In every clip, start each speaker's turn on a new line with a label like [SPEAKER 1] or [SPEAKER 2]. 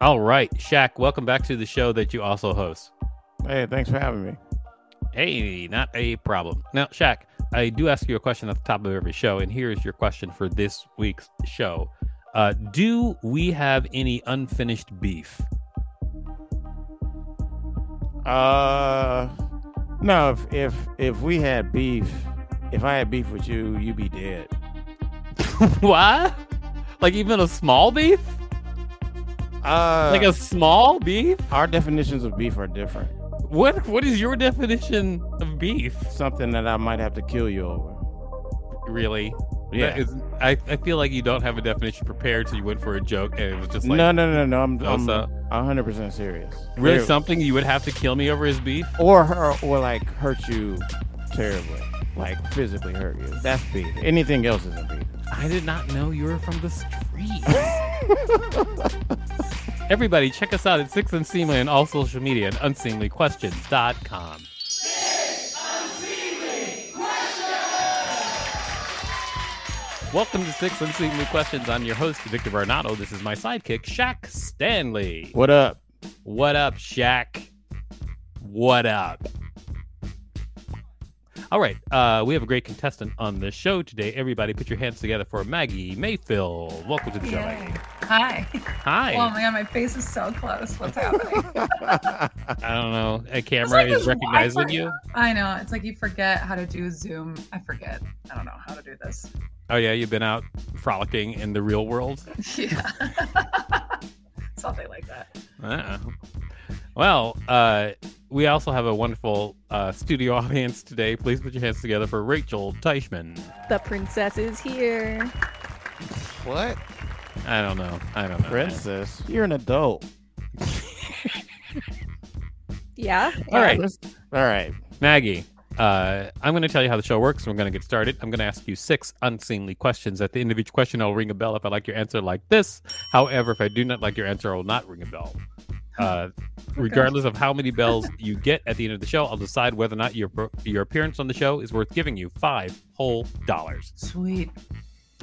[SPEAKER 1] All right, Shaq, welcome back to the show that you also host.
[SPEAKER 2] Hey, thanks for having me.
[SPEAKER 1] Hey, not a problem. Now, Shaq, I do ask you a question at the top of every show, and here's your question for this week's show. Uh, do we have any unfinished beef?
[SPEAKER 2] Uh, no. If if if we had beef, if I had beef with you, you'd be dead.
[SPEAKER 1] what? Like even a small beef?
[SPEAKER 2] Uh,
[SPEAKER 1] Like a small beef?
[SPEAKER 2] our definitions of beef are different.
[SPEAKER 1] What what is your definition of beef?
[SPEAKER 2] Something that I might have to kill you over.
[SPEAKER 1] Really?
[SPEAKER 2] Yeah.
[SPEAKER 1] That is- I, I feel like you don't have a definition prepared, so you went for a joke and it was just like
[SPEAKER 2] no, no, no, no. I'm I'm
[SPEAKER 1] Also-
[SPEAKER 2] 100 percent serious.
[SPEAKER 1] really
[SPEAKER 2] Or-
[SPEAKER 1] something you would have to kill me over is beef?
[SPEAKER 2] or her, or like hurt you terribly, like physically hurt you. That's beef. Anything else isn't beef.
[SPEAKER 1] I did not know you were from the streets. Everybody, check us out at Six Unseemly and all social media at unseemlyquestions.com. Welcome to Six Unseemly Questions. I'm your host, Victor Vernado. This is my sidekick, Shaq Stanley.
[SPEAKER 2] What up?
[SPEAKER 1] What up, Shaq? What up? All right, uh, we have a great contestant on the show today. Everybody, put your hands together for Maggie Mayfield. Welcome to the show,
[SPEAKER 3] Yay.
[SPEAKER 1] Maggie.
[SPEAKER 3] Hi.
[SPEAKER 1] Hi.
[SPEAKER 3] Oh my god, my face is so close. What's happening?
[SPEAKER 1] I don't know. A camera
[SPEAKER 3] like
[SPEAKER 1] is
[SPEAKER 3] this-
[SPEAKER 1] recognizing
[SPEAKER 3] I-
[SPEAKER 1] you.
[SPEAKER 3] I know. It's like you forget how to do Zoom. I forget. I don't know how to do this.
[SPEAKER 1] Oh yeah, you've been out frolicking in the real world.
[SPEAKER 3] Yeah. Something like that.
[SPEAKER 1] Uh-uh. Well, uh, we also have a wonderful uh, studio audience today. Please put your hands together for Rachel Teichman.
[SPEAKER 4] The princess is here.
[SPEAKER 2] What?
[SPEAKER 1] I don't know. I don't know.
[SPEAKER 2] Princess, you're an adult.
[SPEAKER 4] Yeah.
[SPEAKER 1] All right.
[SPEAKER 2] All right.
[SPEAKER 1] Maggie, uh, I'm going to tell you how the show works. We're going to get started. I'm going to ask you six unseemly questions. At the end of each question, I'll ring a bell if I like your answer, like this. However, if I do not like your answer, I will not ring a bell. Uh, regardless of how many bells you get at the end of the show, I'll decide whether or not your your appearance on the show is worth giving you five whole dollars.
[SPEAKER 3] Sweet.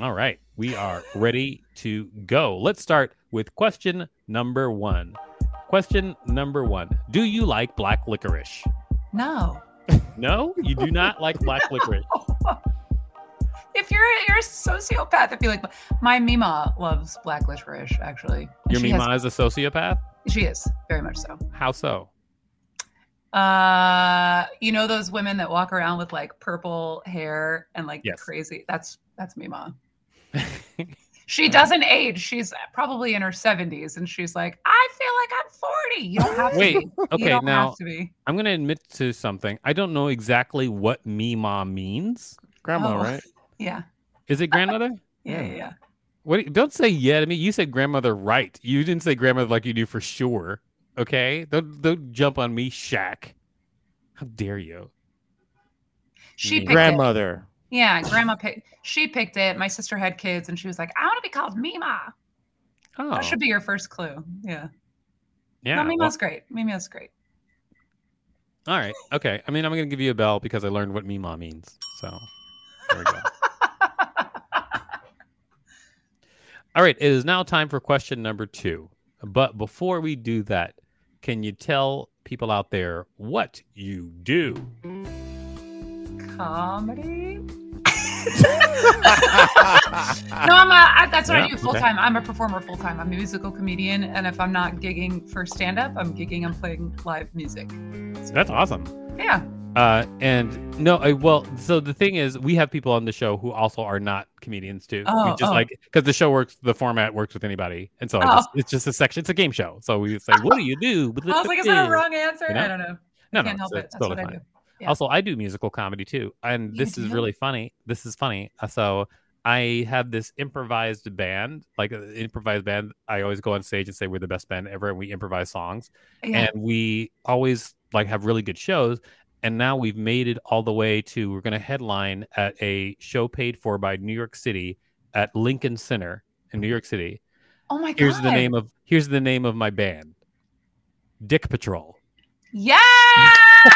[SPEAKER 1] All right, we are ready to go. Let's start with question number one. Question number one: Do you like black licorice?
[SPEAKER 3] No.
[SPEAKER 1] No, you do not like black licorice.
[SPEAKER 3] If you're you're a sociopath, if you like my Mima loves black licorice, actually. And
[SPEAKER 1] Your
[SPEAKER 3] she
[SPEAKER 1] Mima is a sociopath?
[SPEAKER 3] Has, she is, very much so.
[SPEAKER 1] How so?
[SPEAKER 3] Uh you know those women that walk around with like purple hair and like
[SPEAKER 1] Yes.
[SPEAKER 3] crazy that's that's Mima. She doesn't age. She's probably in her 70s and she's like, I feel like I'm 40. You don't have
[SPEAKER 1] Wait,
[SPEAKER 3] to be. you
[SPEAKER 1] okay,
[SPEAKER 3] don't
[SPEAKER 1] now
[SPEAKER 3] have to be.
[SPEAKER 1] I'm going to admit to something. I don't know exactly what Mima means.
[SPEAKER 2] Grandma,
[SPEAKER 3] Oh.
[SPEAKER 2] right?
[SPEAKER 3] Yeah.
[SPEAKER 1] Is it grandmother?
[SPEAKER 3] Yeah, yeah, yeah.
[SPEAKER 1] what? Don't say yeah to me. You said grandmother right. You didn't say grandmother like you do for sure. Okay? Don't, don't jump on me, Shaq. How dare you?
[SPEAKER 3] She picked it.
[SPEAKER 2] Grandmother.
[SPEAKER 3] Yeah, grandma picked she picked it. My sister had kids and she was like, I want to be called Mima.
[SPEAKER 1] Oh,
[SPEAKER 3] That should be your first clue. Yeah.
[SPEAKER 1] yeah.
[SPEAKER 3] no,
[SPEAKER 1] well-
[SPEAKER 3] Mima's great. Mima's great.
[SPEAKER 1] all right. Okay. I mean, I'm going to give you a bell because I learned what Mima means. So there we go. All right, it is now time for question number two. But before we do that, can you tell people out there what you do?
[SPEAKER 3] Comedy. No, I'm a, I, that's what
[SPEAKER 1] Yeah,
[SPEAKER 3] I do
[SPEAKER 1] okay.
[SPEAKER 3] full time. I'm a performer full time. I'm a musical comedian, and if I'm not gigging for stand up, I'm gigging. I'm playing live music.
[SPEAKER 1] That's awesome.
[SPEAKER 3] Yeah,
[SPEAKER 1] Uh, and no, I, well, so the thing is, we have people on the show who also are not comedians too. we
[SPEAKER 3] Oh,
[SPEAKER 1] just
[SPEAKER 3] oh.
[SPEAKER 1] like because the show works, the format works with anybody, and so I
[SPEAKER 3] Oh.
[SPEAKER 1] just, it's just a section. It's a game show, so we say, "What do you do?"
[SPEAKER 3] I was like, is that a wrong answer?
[SPEAKER 1] You know?
[SPEAKER 3] I don't know.
[SPEAKER 1] No, no,
[SPEAKER 3] Can't help
[SPEAKER 1] it's-
[SPEAKER 3] it.
[SPEAKER 1] it's
[SPEAKER 3] That's
[SPEAKER 1] totally
[SPEAKER 3] what I
[SPEAKER 1] fine.
[SPEAKER 3] do. Yeah.
[SPEAKER 1] Also, I do musical comedy too, and
[SPEAKER 3] You
[SPEAKER 1] this is
[SPEAKER 3] do?
[SPEAKER 1] really funny. This is funny. Uh, So I have this improvised band, like an improvised band. I always go on stage and say we're the best band ever, and we improvise songs,
[SPEAKER 3] Yeah.
[SPEAKER 1] and we always like have really good shows. And now we've made it all the way to we're going to headline at a show paid for by New York City at Lincoln Center in New York City.
[SPEAKER 3] oh my god.
[SPEAKER 1] Here's the name of here's the name of my band, Dick Patrol.
[SPEAKER 3] Yes.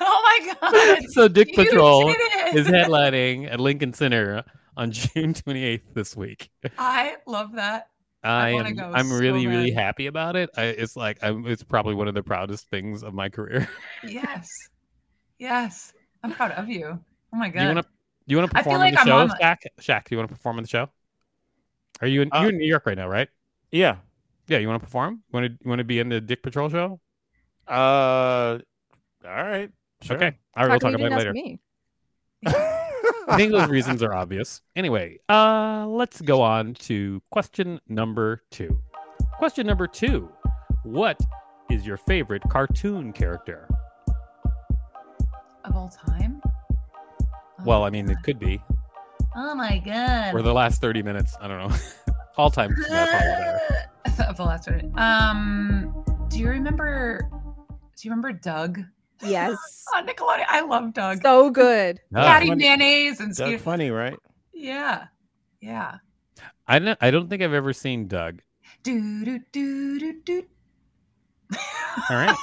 [SPEAKER 3] oh my god.
[SPEAKER 1] so Dick
[SPEAKER 3] You
[SPEAKER 1] Patrol
[SPEAKER 3] did it!
[SPEAKER 1] is headlining at Lincoln Center on June 28th this week.
[SPEAKER 3] I love that.
[SPEAKER 1] I,
[SPEAKER 3] wanna
[SPEAKER 1] am
[SPEAKER 3] go
[SPEAKER 1] I'm
[SPEAKER 3] so
[SPEAKER 1] really really
[SPEAKER 3] bad.
[SPEAKER 1] happy about it. I, it's like I'm, it's probably one of the proudest things of my career.
[SPEAKER 3] Yes. Yes. I'm proud of you. Oh my
[SPEAKER 1] Do you
[SPEAKER 3] god.
[SPEAKER 1] want to do you want to
[SPEAKER 3] I feel
[SPEAKER 1] perform on
[SPEAKER 3] like
[SPEAKER 1] the
[SPEAKER 3] I'm
[SPEAKER 1] show,
[SPEAKER 3] on the-
[SPEAKER 1] Shaq? Shaq, do you want to perform on the show? Are you in
[SPEAKER 2] Uh,
[SPEAKER 1] you're in New York right now, right?
[SPEAKER 2] Yeah.
[SPEAKER 1] Yeah, you want to perform? You want to you want to be in the Dick Patrol show?
[SPEAKER 2] Uh, all right. Sure.
[SPEAKER 1] Okay, all right, we'll
[SPEAKER 4] How come
[SPEAKER 1] talk
[SPEAKER 4] you
[SPEAKER 1] about it
[SPEAKER 4] didn't ask
[SPEAKER 1] later.
[SPEAKER 4] me?
[SPEAKER 1] I think those reasons are obvious. Anyway, uh, let's go on to question number two. Question number two What is your favorite cartoon character?
[SPEAKER 3] of all time? Oh
[SPEAKER 1] Well,
[SPEAKER 3] my
[SPEAKER 1] I mean, it
[SPEAKER 3] God.
[SPEAKER 1] could be
[SPEAKER 3] Oh my god.
[SPEAKER 1] for the last 30 minutes. I don't know. All time. is not probably better.
[SPEAKER 3] of the last one. Um, do you remember? Do you remember Doug
[SPEAKER 4] Yes.
[SPEAKER 3] on Oh, Nickelodeon? I love Doug.
[SPEAKER 4] so good.
[SPEAKER 1] No,
[SPEAKER 3] Patty
[SPEAKER 2] funny.
[SPEAKER 3] mayonnaise and
[SPEAKER 2] Doug
[SPEAKER 3] skeet-
[SPEAKER 2] funny, right?
[SPEAKER 3] yeah, yeah.
[SPEAKER 1] I, don't, I don't think I've ever seen Doug.
[SPEAKER 3] Do do do do do.
[SPEAKER 1] All right.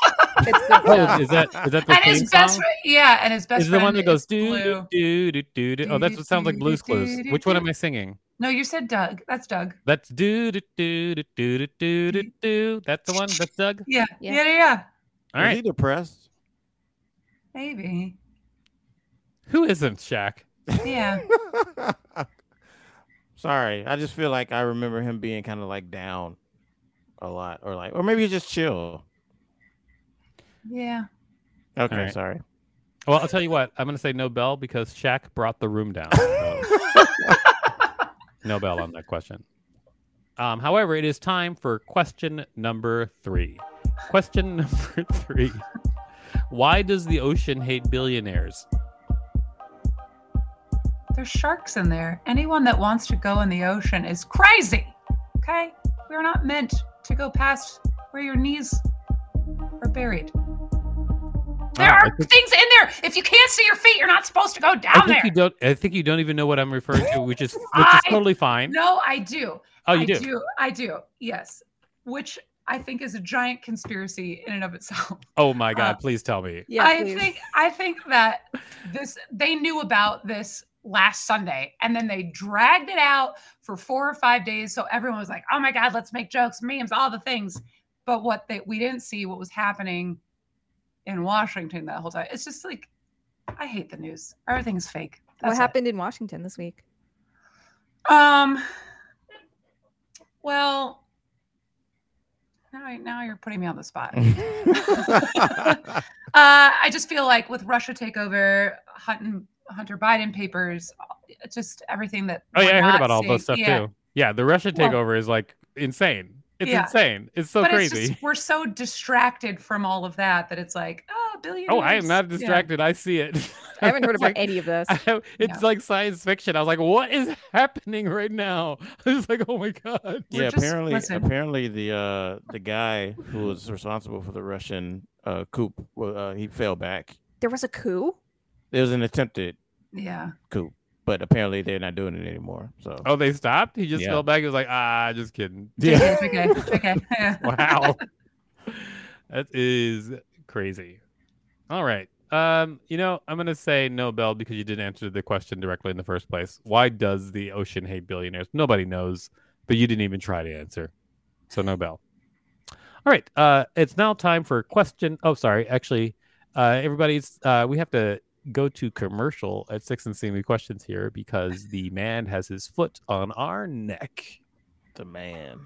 [SPEAKER 4] It's good
[SPEAKER 1] Oh,
[SPEAKER 4] stuff.
[SPEAKER 1] is that is that the
[SPEAKER 3] and
[SPEAKER 1] theme
[SPEAKER 3] his best
[SPEAKER 1] song?
[SPEAKER 3] friend, yeah, and his best
[SPEAKER 1] is the
[SPEAKER 3] friend
[SPEAKER 1] one that goes
[SPEAKER 3] is
[SPEAKER 1] do
[SPEAKER 3] Blue.
[SPEAKER 1] do do do do. Oh, that's what sounds like Blue's Clues. Which one am I singing?
[SPEAKER 3] No, you said Doug. That's Doug.
[SPEAKER 1] That's do do do do do do do do. That's the one. That's Doug.
[SPEAKER 3] Yeah,
[SPEAKER 4] Yeah.
[SPEAKER 3] yeah, yeah. yeah.
[SPEAKER 1] All
[SPEAKER 2] Was
[SPEAKER 1] right.
[SPEAKER 2] he depressed?
[SPEAKER 3] Maybe.
[SPEAKER 1] Who isn't Shaq?
[SPEAKER 3] Yeah.
[SPEAKER 2] Sorry, I just feel like I remember him being kind of like down a lot, or like, or maybe he's just chill.
[SPEAKER 3] Yeah.
[SPEAKER 2] Okay,
[SPEAKER 1] All right.
[SPEAKER 2] sorry.
[SPEAKER 1] Well, I'll tell you what. I'm going to say no bell because Shaq brought the room down. So no bell on that question. Um, however, it is time for question number three. Question number three. Why does the ocean hate billionaires?
[SPEAKER 3] There's sharks in there. Anyone that wants to go in the ocean is crazy. Okay? We're not meant to go past where your knees are buried. There
[SPEAKER 1] Ah, I
[SPEAKER 3] are
[SPEAKER 1] think-
[SPEAKER 3] things in there. If you can't see your feet, you're not supposed to go
[SPEAKER 1] I
[SPEAKER 3] down
[SPEAKER 1] think
[SPEAKER 3] there.
[SPEAKER 1] you don't. I think you don't even know what I'm referring to, which is which is
[SPEAKER 3] I-
[SPEAKER 1] totally fine.
[SPEAKER 3] No, I do.
[SPEAKER 1] oh, you
[SPEAKER 3] I
[SPEAKER 1] do.
[SPEAKER 3] I do. Yes. Which I think is a giant conspiracy in and of itself.
[SPEAKER 1] Oh my God!
[SPEAKER 3] Uh,
[SPEAKER 1] please tell me.
[SPEAKER 4] yeah,
[SPEAKER 3] I
[SPEAKER 4] please.
[SPEAKER 3] think I think that this they knew about this last Sunday and then they dragged it out for four or five days. So everyone was like, oh my God, let's make jokes, memes, all the things. But what they we didn't see what was happening in Washington that whole time. It's just like I hate the news. Everything's fake.
[SPEAKER 4] what
[SPEAKER 3] That's it.
[SPEAKER 4] happened in Washington this week?
[SPEAKER 3] Um well now, I- now you're putting me on the spot. Uh, I just feel like with Russia takeover, Hunter, Hunter Biden papers, just everything that.
[SPEAKER 1] Oh
[SPEAKER 3] we're
[SPEAKER 1] yeah, I heard
[SPEAKER 3] not
[SPEAKER 1] about all
[SPEAKER 3] seeing-
[SPEAKER 1] those stuff
[SPEAKER 3] yeah.
[SPEAKER 1] too. Yeah, the Russia
[SPEAKER 3] Well-
[SPEAKER 1] takeover is like insane. It's
[SPEAKER 3] Yeah.
[SPEAKER 1] insane. It's so
[SPEAKER 3] but
[SPEAKER 1] crazy.
[SPEAKER 3] it's just we're so distracted from all of that that it's like, oh, billionaires.
[SPEAKER 1] oh, I am not
[SPEAKER 3] Yeah.
[SPEAKER 1] distracted. I see it.
[SPEAKER 4] I haven't heard
[SPEAKER 1] It's
[SPEAKER 4] about
[SPEAKER 1] like-
[SPEAKER 4] any of this.
[SPEAKER 1] I have- it's like science fiction. I was like, "What is happening right now?" I was like, "Oh my god!"
[SPEAKER 3] We're
[SPEAKER 2] yeah,
[SPEAKER 3] just-
[SPEAKER 2] apparently,
[SPEAKER 3] listen.
[SPEAKER 2] apparently the uh the guy who was responsible for the Russian uh coup, well, uh, he fell back.
[SPEAKER 4] There was a coup.
[SPEAKER 2] There was an attempted
[SPEAKER 3] Yeah.
[SPEAKER 2] coup, but apparently they're not doing it anymore. So
[SPEAKER 1] Oh, they stopped. He just
[SPEAKER 2] Yeah.
[SPEAKER 1] fell back. He was like, "Ah, just kidding."
[SPEAKER 3] Yeah. Okay. it's Okay. Yeah.
[SPEAKER 1] Wow, that is crazy. All right. Um, you know, I'm gonna say no, Bell, because you didn't answer the question directly in the first place. Why does the ocean hate billionaires? Nobody knows, but you didn't even try to answer. So no, Bell. All right. Uh, it's now time for question. Oh, sorry. Actually, uh, everybody's. Uh, we have to go to commercial at six and see questions here because the man has his foot on our neck.
[SPEAKER 2] the man.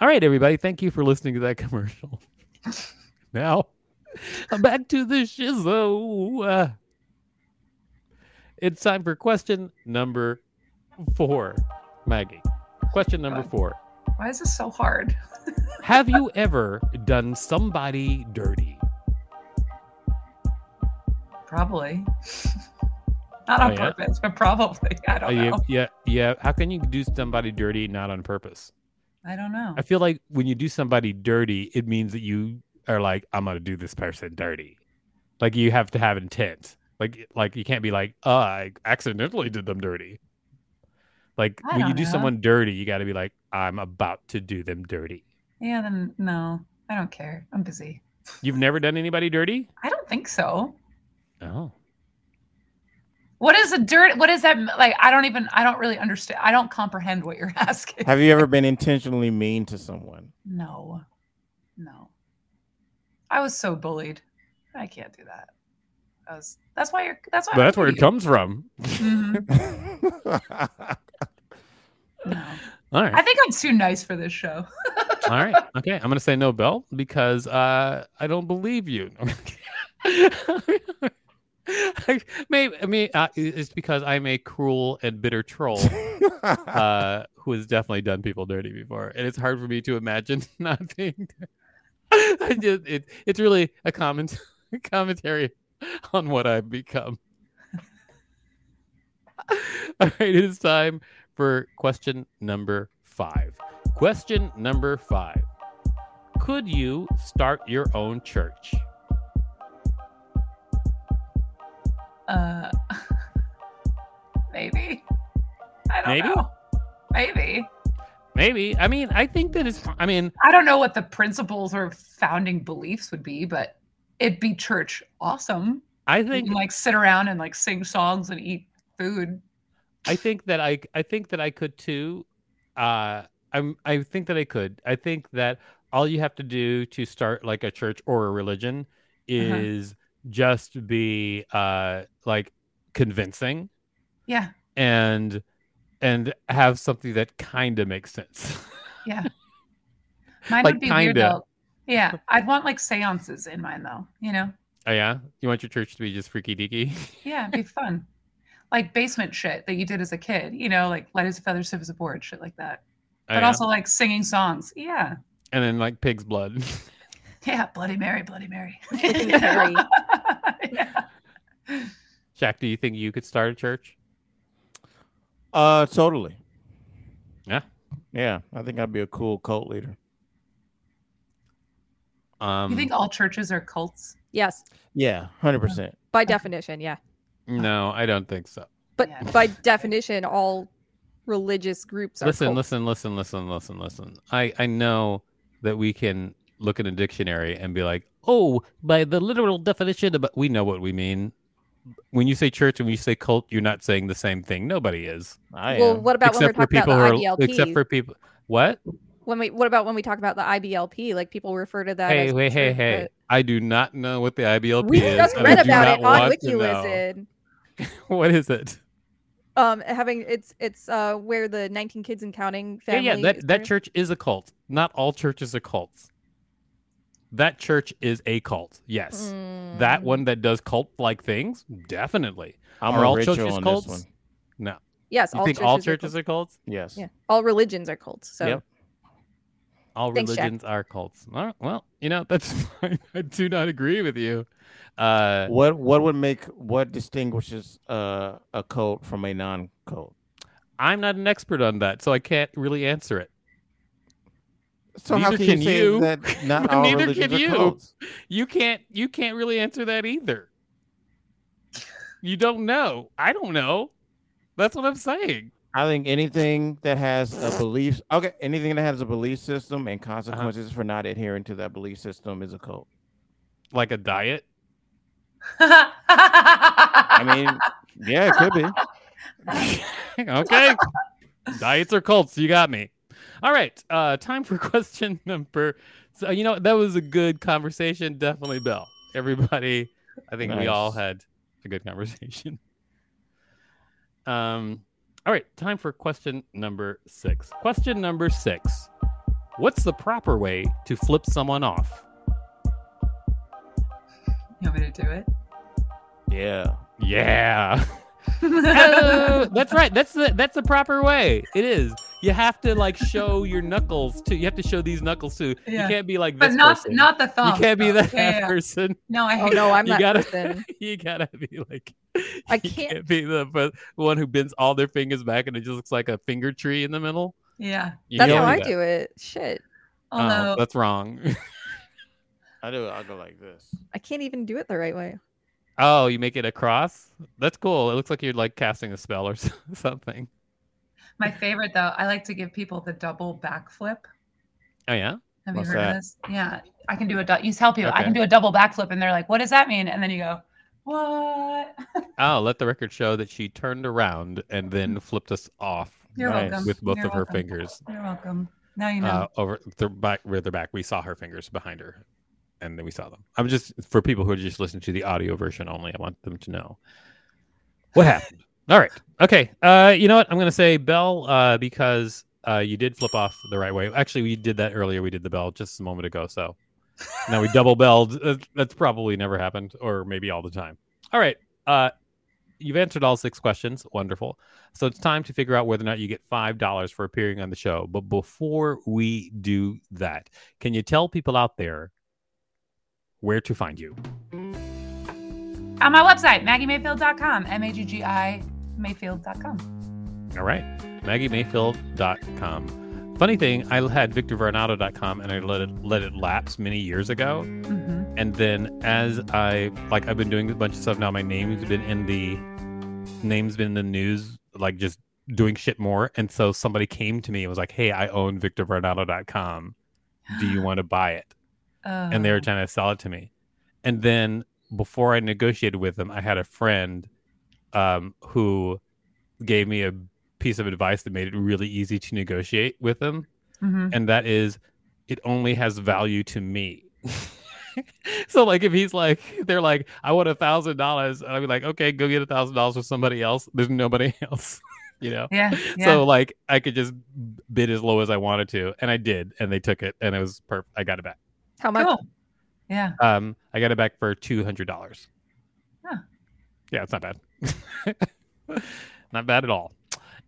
[SPEAKER 1] All right, everybody. Thank you for listening to that commercial. now, I'm back to the shizzo. Uh, it's time for question number four, Maggie. Question number four
[SPEAKER 3] Why is this so hard?
[SPEAKER 1] Have you ever done somebody dirty?
[SPEAKER 3] Probably. Not
[SPEAKER 1] Oh,
[SPEAKER 3] on
[SPEAKER 1] yeah?
[SPEAKER 3] purpose, but probably. I
[SPEAKER 1] Uh,
[SPEAKER 3] don't
[SPEAKER 1] yeah,
[SPEAKER 3] know.
[SPEAKER 1] yeah, yeah. How can you do somebody dirty not on purpose?
[SPEAKER 3] I don't know.
[SPEAKER 1] I feel like when you do somebody dirty, it means that you are like, I'm gonna do this person dirty. Like you have to have intent. Like like you can't be like, uh, I accidentally did them dirty. Like
[SPEAKER 3] I
[SPEAKER 1] when you
[SPEAKER 3] don't
[SPEAKER 1] do
[SPEAKER 3] know.
[SPEAKER 1] someone dirty, you gotta be like, I'm about to do them dirty.
[SPEAKER 3] Yeah, then no, I don't care. I'm busy.
[SPEAKER 1] You've never done anybody dirty?
[SPEAKER 3] I don't think so.
[SPEAKER 1] Oh.
[SPEAKER 3] What is a dirt? What is that like? I don't even. I don't really understand. I don't comprehend what you're asking.
[SPEAKER 2] Have you ever been intentionally mean to someone?
[SPEAKER 3] No, no. I was so bullied. I can't do that. I was. That's why you're. That's why.
[SPEAKER 1] But that's where it comes from.
[SPEAKER 3] Mhm. Mm-hmm. No.
[SPEAKER 1] All right.
[SPEAKER 3] I think I'm too nice for this show.
[SPEAKER 1] All right. Okay. I'm going to say no, Bell, because uh, I don't believe you. Maybe. I mean, uh, it's because I'm a cruel and bitter troll uh, who has definitely done people dirty before. And it's hard for me to imagine not being. I just, it, it's really a comment, commentary on what I've become. All right. It is time for question number five. Question number five Could you start your own church?
[SPEAKER 3] Uh, maybe. I don't
[SPEAKER 1] Maybe?
[SPEAKER 3] know. Maybe.
[SPEAKER 1] Maybe. I mean, I think that it's, I mean,
[SPEAKER 3] I don't know what the principles or founding beliefs would be, but it'd be church awesome.
[SPEAKER 1] I
[SPEAKER 3] You
[SPEAKER 1] think,
[SPEAKER 3] can like sit around and like sing songs and eat food.
[SPEAKER 1] I think that I, I think that I could too. Uh, I'm, I think that I could. I think that all you have to do to start like a church or a religion
[SPEAKER 3] Uh-huh.
[SPEAKER 1] is just be, uh, like convincing
[SPEAKER 3] Yeah,
[SPEAKER 1] and, and have something that kind of makes sense.
[SPEAKER 3] yeah. Mine
[SPEAKER 1] Like,
[SPEAKER 3] would be weird
[SPEAKER 1] kinda.
[SPEAKER 3] though. Yeah, I'd want like seances in mine though. You know?
[SPEAKER 1] oh, yeah. You want your church to be just Oh, freaky deaky?
[SPEAKER 3] Yeah, it'd be fun. Like basement shit that you did as a kid. You know, like let his feathers serve as a board, shit like that.
[SPEAKER 1] Oh,
[SPEAKER 3] But
[SPEAKER 1] yeah?
[SPEAKER 3] also like singing songs. Yeah,
[SPEAKER 1] and then like pig's blood.
[SPEAKER 3] yeah. Bloody Mary, Bloody Mary.
[SPEAKER 4] Mary.
[SPEAKER 3] Yeah.
[SPEAKER 1] Shaq, do you think you could start a church?
[SPEAKER 2] uh, totally.
[SPEAKER 1] Yeah.
[SPEAKER 2] Yeah, I think I'd be a cool cult leader.
[SPEAKER 1] Um,
[SPEAKER 3] you think all churches are cults?
[SPEAKER 4] Yes,
[SPEAKER 2] Yeah, hundred percent.
[SPEAKER 4] by definition, yeah.
[SPEAKER 1] no, I don't think so.
[SPEAKER 4] But
[SPEAKER 3] Yeah.
[SPEAKER 4] by definition, all religious groups are.
[SPEAKER 1] Listen,
[SPEAKER 4] cults.
[SPEAKER 1] listen, listen, listen, listen, listen. I I know that we can look in a dictionary and be like, oh, by the literal definition, but we know what we mean. When you say church and when you say cult, you're not saying the same thing. Nobody is,
[SPEAKER 2] I
[SPEAKER 4] Well,
[SPEAKER 2] am.
[SPEAKER 4] what about when we're
[SPEAKER 1] except for
[SPEAKER 4] talking
[SPEAKER 1] people
[SPEAKER 4] about the
[SPEAKER 1] who are,
[SPEAKER 4] IBLP?
[SPEAKER 1] except for people. What?
[SPEAKER 4] when we what about when we talk about the IBLP? Like people refer to that.
[SPEAKER 1] Hey,
[SPEAKER 4] as
[SPEAKER 1] hey, hey,
[SPEAKER 4] church,
[SPEAKER 1] hey! I do not know what the
[SPEAKER 4] but
[SPEAKER 1] IBLP
[SPEAKER 4] We
[SPEAKER 1] is.
[SPEAKER 4] just
[SPEAKER 1] and I
[SPEAKER 4] read
[SPEAKER 1] do
[SPEAKER 4] about it
[SPEAKER 1] not
[SPEAKER 4] on
[SPEAKER 1] want to know.
[SPEAKER 4] WikiListen.
[SPEAKER 1] What is it?
[SPEAKER 4] Um, having it's it's uh where the 19 kids and counting family.
[SPEAKER 1] yeah, yeah. That
[SPEAKER 4] is
[SPEAKER 1] that
[SPEAKER 4] part of-
[SPEAKER 1] church is a cult. Not all churches are cults. That church is a cult. Yes, that
[SPEAKER 4] Mm,
[SPEAKER 1] one that does cult-like things, definitely.
[SPEAKER 2] I'm
[SPEAKER 1] are
[SPEAKER 2] a
[SPEAKER 1] all
[SPEAKER 2] ritual
[SPEAKER 1] churches
[SPEAKER 2] on
[SPEAKER 1] cults?
[SPEAKER 2] this one.
[SPEAKER 1] No,
[SPEAKER 4] Yes,
[SPEAKER 1] you
[SPEAKER 4] all
[SPEAKER 1] think
[SPEAKER 4] churches
[SPEAKER 1] all
[SPEAKER 4] are
[SPEAKER 1] churches
[SPEAKER 4] cults.
[SPEAKER 1] are cults?
[SPEAKER 2] Yes.
[SPEAKER 4] Yeah, all religions are cults. So
[SPEAKER 2] Yep.
[SPEAKER 1] All
[SPEAKER 4] Thanks, Jack.
[SPEAKER 1] religions are cults. All right, well, you know that's fine. I do not agree with you. Uh,
[SPEAKER 2] What what would make what distinguishes uh, a cult from a non-cult?
[SPEAKER 1] I'm not an expert on that, so I can't really answer it.
[SPEAKER 2] So how
[SPEAKER 1] Neither
[SPEAKER 2] can you
[SPEAKER 1] can
[SPEAKER 2] say
[SPEAKER 1] you.
[SPEAKER 2] that not all
[SPEAKER 1] Neither
[SPEAKER 2] religions
[SPEAKER 1] can
[SPEAKER 2] are
[SPEAKER 1] you.
[SPEAKER 2] cults?
[SPEAKER 1] You can't you can't really answer that either. You don't know. I don't know. That's what I'm saying.
[SPEAKER 2] I think anything that has a belief, okay, anything that has a belief system and consequences for not adhering to that belief system is a cult.
[SPEAKER 1] Like a diet.
[SPEAKER 2] I mean, yeah, it could be.
[SPEAKER 1] okay. Diets or cults, you got me. All right. Uh time for question number so you know that was a good conversation, definitely Bell. Everybody, I think we all
[SPEAKER 2] Nice.
[SPEAKER 1] had a good conversation. Um all right, time for question number 6. Question number 6. What's the proper way to flip someone off?
[SPEAKER 3] You want me to do it?
[SPEAKER 2] Yeah.
[SPEAKER 1] Yeah. Oh, that's right. That's the that's the proper way. It is. You have to like show your knuckles to. You have to show these knuckles to.
[SPEAKER 3] Yeah.
[SPEAKER 1] You can't be like this
[SPEAKER 3] but not
[SPEAKER 1] person.
[SPEAKER 3] not the thumb.
[SPEAKER 1] you can't be that
[SPEAKER 3] Yeah, yeah, yeah.
[SPEAKER 1] person.
[SPEAKER 3] No, I
[SPEAKER 4] Oh
[SPEAKER 3] hate.
[SPEAKER 4] no, I'm
[SPEAKER 1] you
[SPEAKER 4] that
[SPEAKER 1] gotta,
[SPEAKER 4] person.
[SPEAKER 1] You gotta be like.
[SPEAKER 4] I
[SPEAKER 1] you
[SPEAKER 4] can't-
[SPEAKER 1] be the per- one who bends all their fingers back and it just looks like a finger tree in the middle.
[SPEAKER 3] Yeah.
[SPEAKER 1] You
[SPEAKER 4] That's
[SPEAKER 1] can't
[SPEAKER 4] how I
[SPEAKER 1] that.
[SPEAKER 4] do it. Shit,
[SPEAKER 1] Oh,
[SPEAKER 3] Although
[SPEAKER 1] that's wrong.
[SPEAKER 2] I do. I go like this.
[SPEAKER 4] I can't even do it the right way.
[SPEAKER 1] oh, you make it a cross. That's cool. It looks like you're like casting a spell or something.
[SPEAKER 3] my favorite though, I like to give people the double backflip.
[SPEAKER 1] Oh yeah.
[SPEAKER 3] Have
[SPEAKER 2] What's
[SPEAKER 3] you heard
[SPEAKER 2] that?
[SPEAKER 3] of this? Yeah, I can do a. Du- you tell people I
[SPEAKER 1] Okay.
[SPEAKER 3] can do a double backflip, and they're like, "What does that mean?" And then you go, "What?"
[SPEAKER 1] Oh, let the record show that she turned around and then flipped us off
[SPEAKER 3] Mm-hmm. You're
[SPEAKER 2] Nice.
[SPEAKER 3] welcome.
[SPEAKER 1] with both
[SPEAKER 3] You're
[SPEAKER 1] of her
[SPEAKER 3] welcome.
[SPEAKER 1] fingers
[SPEAKER 3] You're welcome. Now you know.
[SPEAKER 1] uh, over the back, with her back. We saw her fingers behind her, and then we saw them. I'm just for people who are just listening to the audio version only. I want them to know what happened. All right, okay. Uh, you know what? I'm gonna say Bell uh, because uh, you did flip off the right way. Actually, we did that earlier. We did the bell just a moment ago. So now we double belled. Uh, That's probably never happened, or maybe all the time. All right. Uh, you've answered all six questions. Wonderful. So it's time to figure out whether or not you get $5 for appearing on the show. But before we do that, can you tell people out there where to find you?
[SPEAKER 3] On my website, maggiemayfield.com, M A G G I Mayfield.com.
[SPEAKER 1] All right. MaggieMayfield.com. Funny thing, I had VictorVernado.com and I let it let it lapse many years ago.
[SPEAKER 3] Mm-hmm.
[SPEAKER 1] and then as I like I've been doing a bunch of stuff now. My name's been in the name's been in the news, like just doing shit more. And so somebody came to me and was like, "Hey, I own VictorVernado.com. Do you want to buy it?"
[SPEAKER 3] Oh.
[SPEAKER 1] And they were trying to sell it to me. And then before I negotiated with them, I had a friend um, who gave me a piece of advice that made it really easy to negotiate with them
[SPEAKER 3] hmm
[SPEAKER 1] and that is it only has value to me. so like if he's like they're like I want a thousand dollars, I'd be like okay, go get a thousand dollars for somebody else. There's nobody else, you know.
[SPEAKER 3] Yeah. yeah.
[SPEAKER 1] So like I could just bid as low as I wanted to, and I did, and they took it, and it was perfect. I got it back.
[SPEAKER 4] How much?
[SPEAKER 3] cool. Yeah.
[SPEAKER 1] Um, I got it back for two hundred dollars.
[SPEAKER 3] Huh.
[SPEAKER 1] Yeah, it's not bad. not bad at all.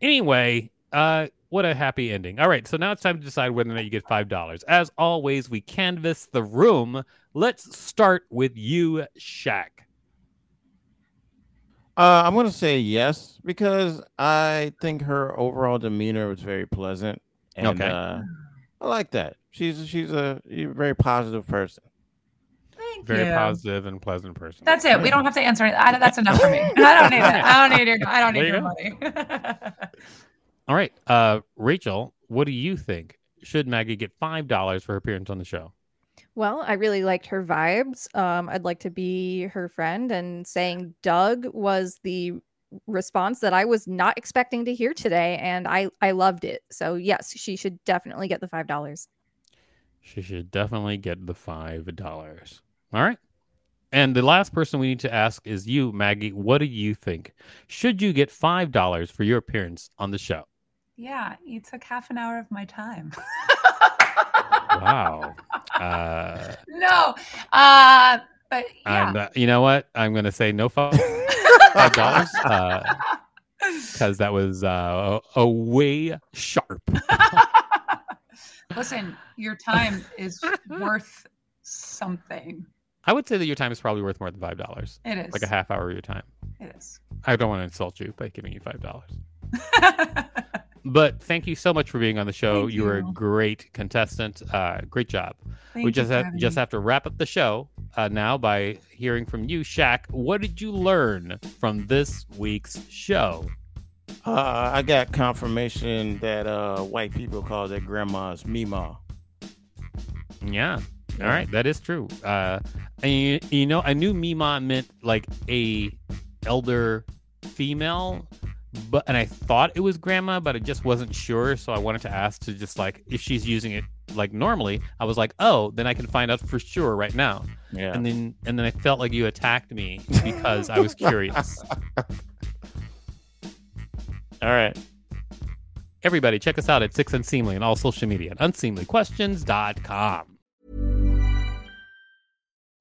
[SPEAKER 1] Anyway, uh, what a happy ending. All right, so now it's time to decide whether or not you get five dollars. As always, we canvass the room. Let's start with you, Shaq.
[SPEAKER 2] Uh, I'm gonna say yes because I think her overall demeanor was very pleasant, and
[SPEAKER 1] Okay.
[SPEAKER 2] uh, I like that. She's she's a a very positive person.
[SPEAKER 3] Thank
[SPEAKER 1] Very
[SPEAKER 3] you.
[SPEAKER 1] positive and pleasant person.
[SPEAKER 3] That's it. We don't have to answer anything. I, that's enough for me. I don't need it. I don't need your. I don't
[SPEAKER 1] There
[SPEAKER 3] need your
[SPEAKER 1] you
[SPEAKER 3] money.
[SPEAKER 1] All right, uh, Rachel, what do you think? Should Maggie get five dollars for her appearance on the show?
[SPEAKER 4] Well, I really liked her vibes. Um, I'd like to be her friend, and saying Doug was the response that I was not expecting to hear today, and I I loved it. So yes, she should definitely get the five dollars.
[SPEAKER 1] She should definitely get the five dollars. All right. And the last person we need to ask is you, Maggie. What do you think? Should you get five dollars for your appearance on the show?
[SPEAKER 3] yeah, you took half an hour of my time.
[SPEAKER 1] Wow. Uh,
[SPEAKER 3] No. Uh, but yeah.
[SPEAKER 1] I'm, uh, you know what? I'm going to say no five dollars uh, because that was uh, a, a way sharp.
[SPEAKER 3] Listen, your time is worth something.
[SPEAKER 1] I would say that your time is probably worth more than five dollars,
[SPEAKER 3] It is.
[SPEAKER 1] like a half hour of your time.
[SPEAKER 3] It is.
[SPEAKER 1] I don't want to insult you by giving you five dollars. but thank you so much for being on the show.
[SPEAKER 3] Thank
[SPEAKER 1] you. were a
[SPEAKER 3] you.
[SPEAKER 1] great contestant. Uh, great job. we
[SPEAKER 3] Thank you
[SPEAKER 1] just
[SPEAKER 3] for
[SPEAKER 1] have,
[SPEAKER 3] having
[SPEAKER 1] just
[SPEAKER 3] me.
[SPEAKER 1] have to wrap up the show uh, now by hearing from you, Shaq. What did you learn from this week's show?
[SPEAKER 2] Uh, I got confirmation that uh, white people call their grandmas Mima.
[SPEAKER 1] Yeah. All right, that is true. Uh, and you, you know, I knew Mima meant like a elder female, but and I thought it was grandma, but I just wasn't sure. So I wanted to ask to just like if she's using it like normally. I was like, oh, then I can find out for sure right now.
[SPEAKER 2] Yeah.
[SPEAKER 1] And then and then I felt like you attacked me because I was curious.
[SPEAKER 2] All right.
[SPEAKER 1] Everybody, check us out at Six Unseemly and all social media at unseemlyquestions.com.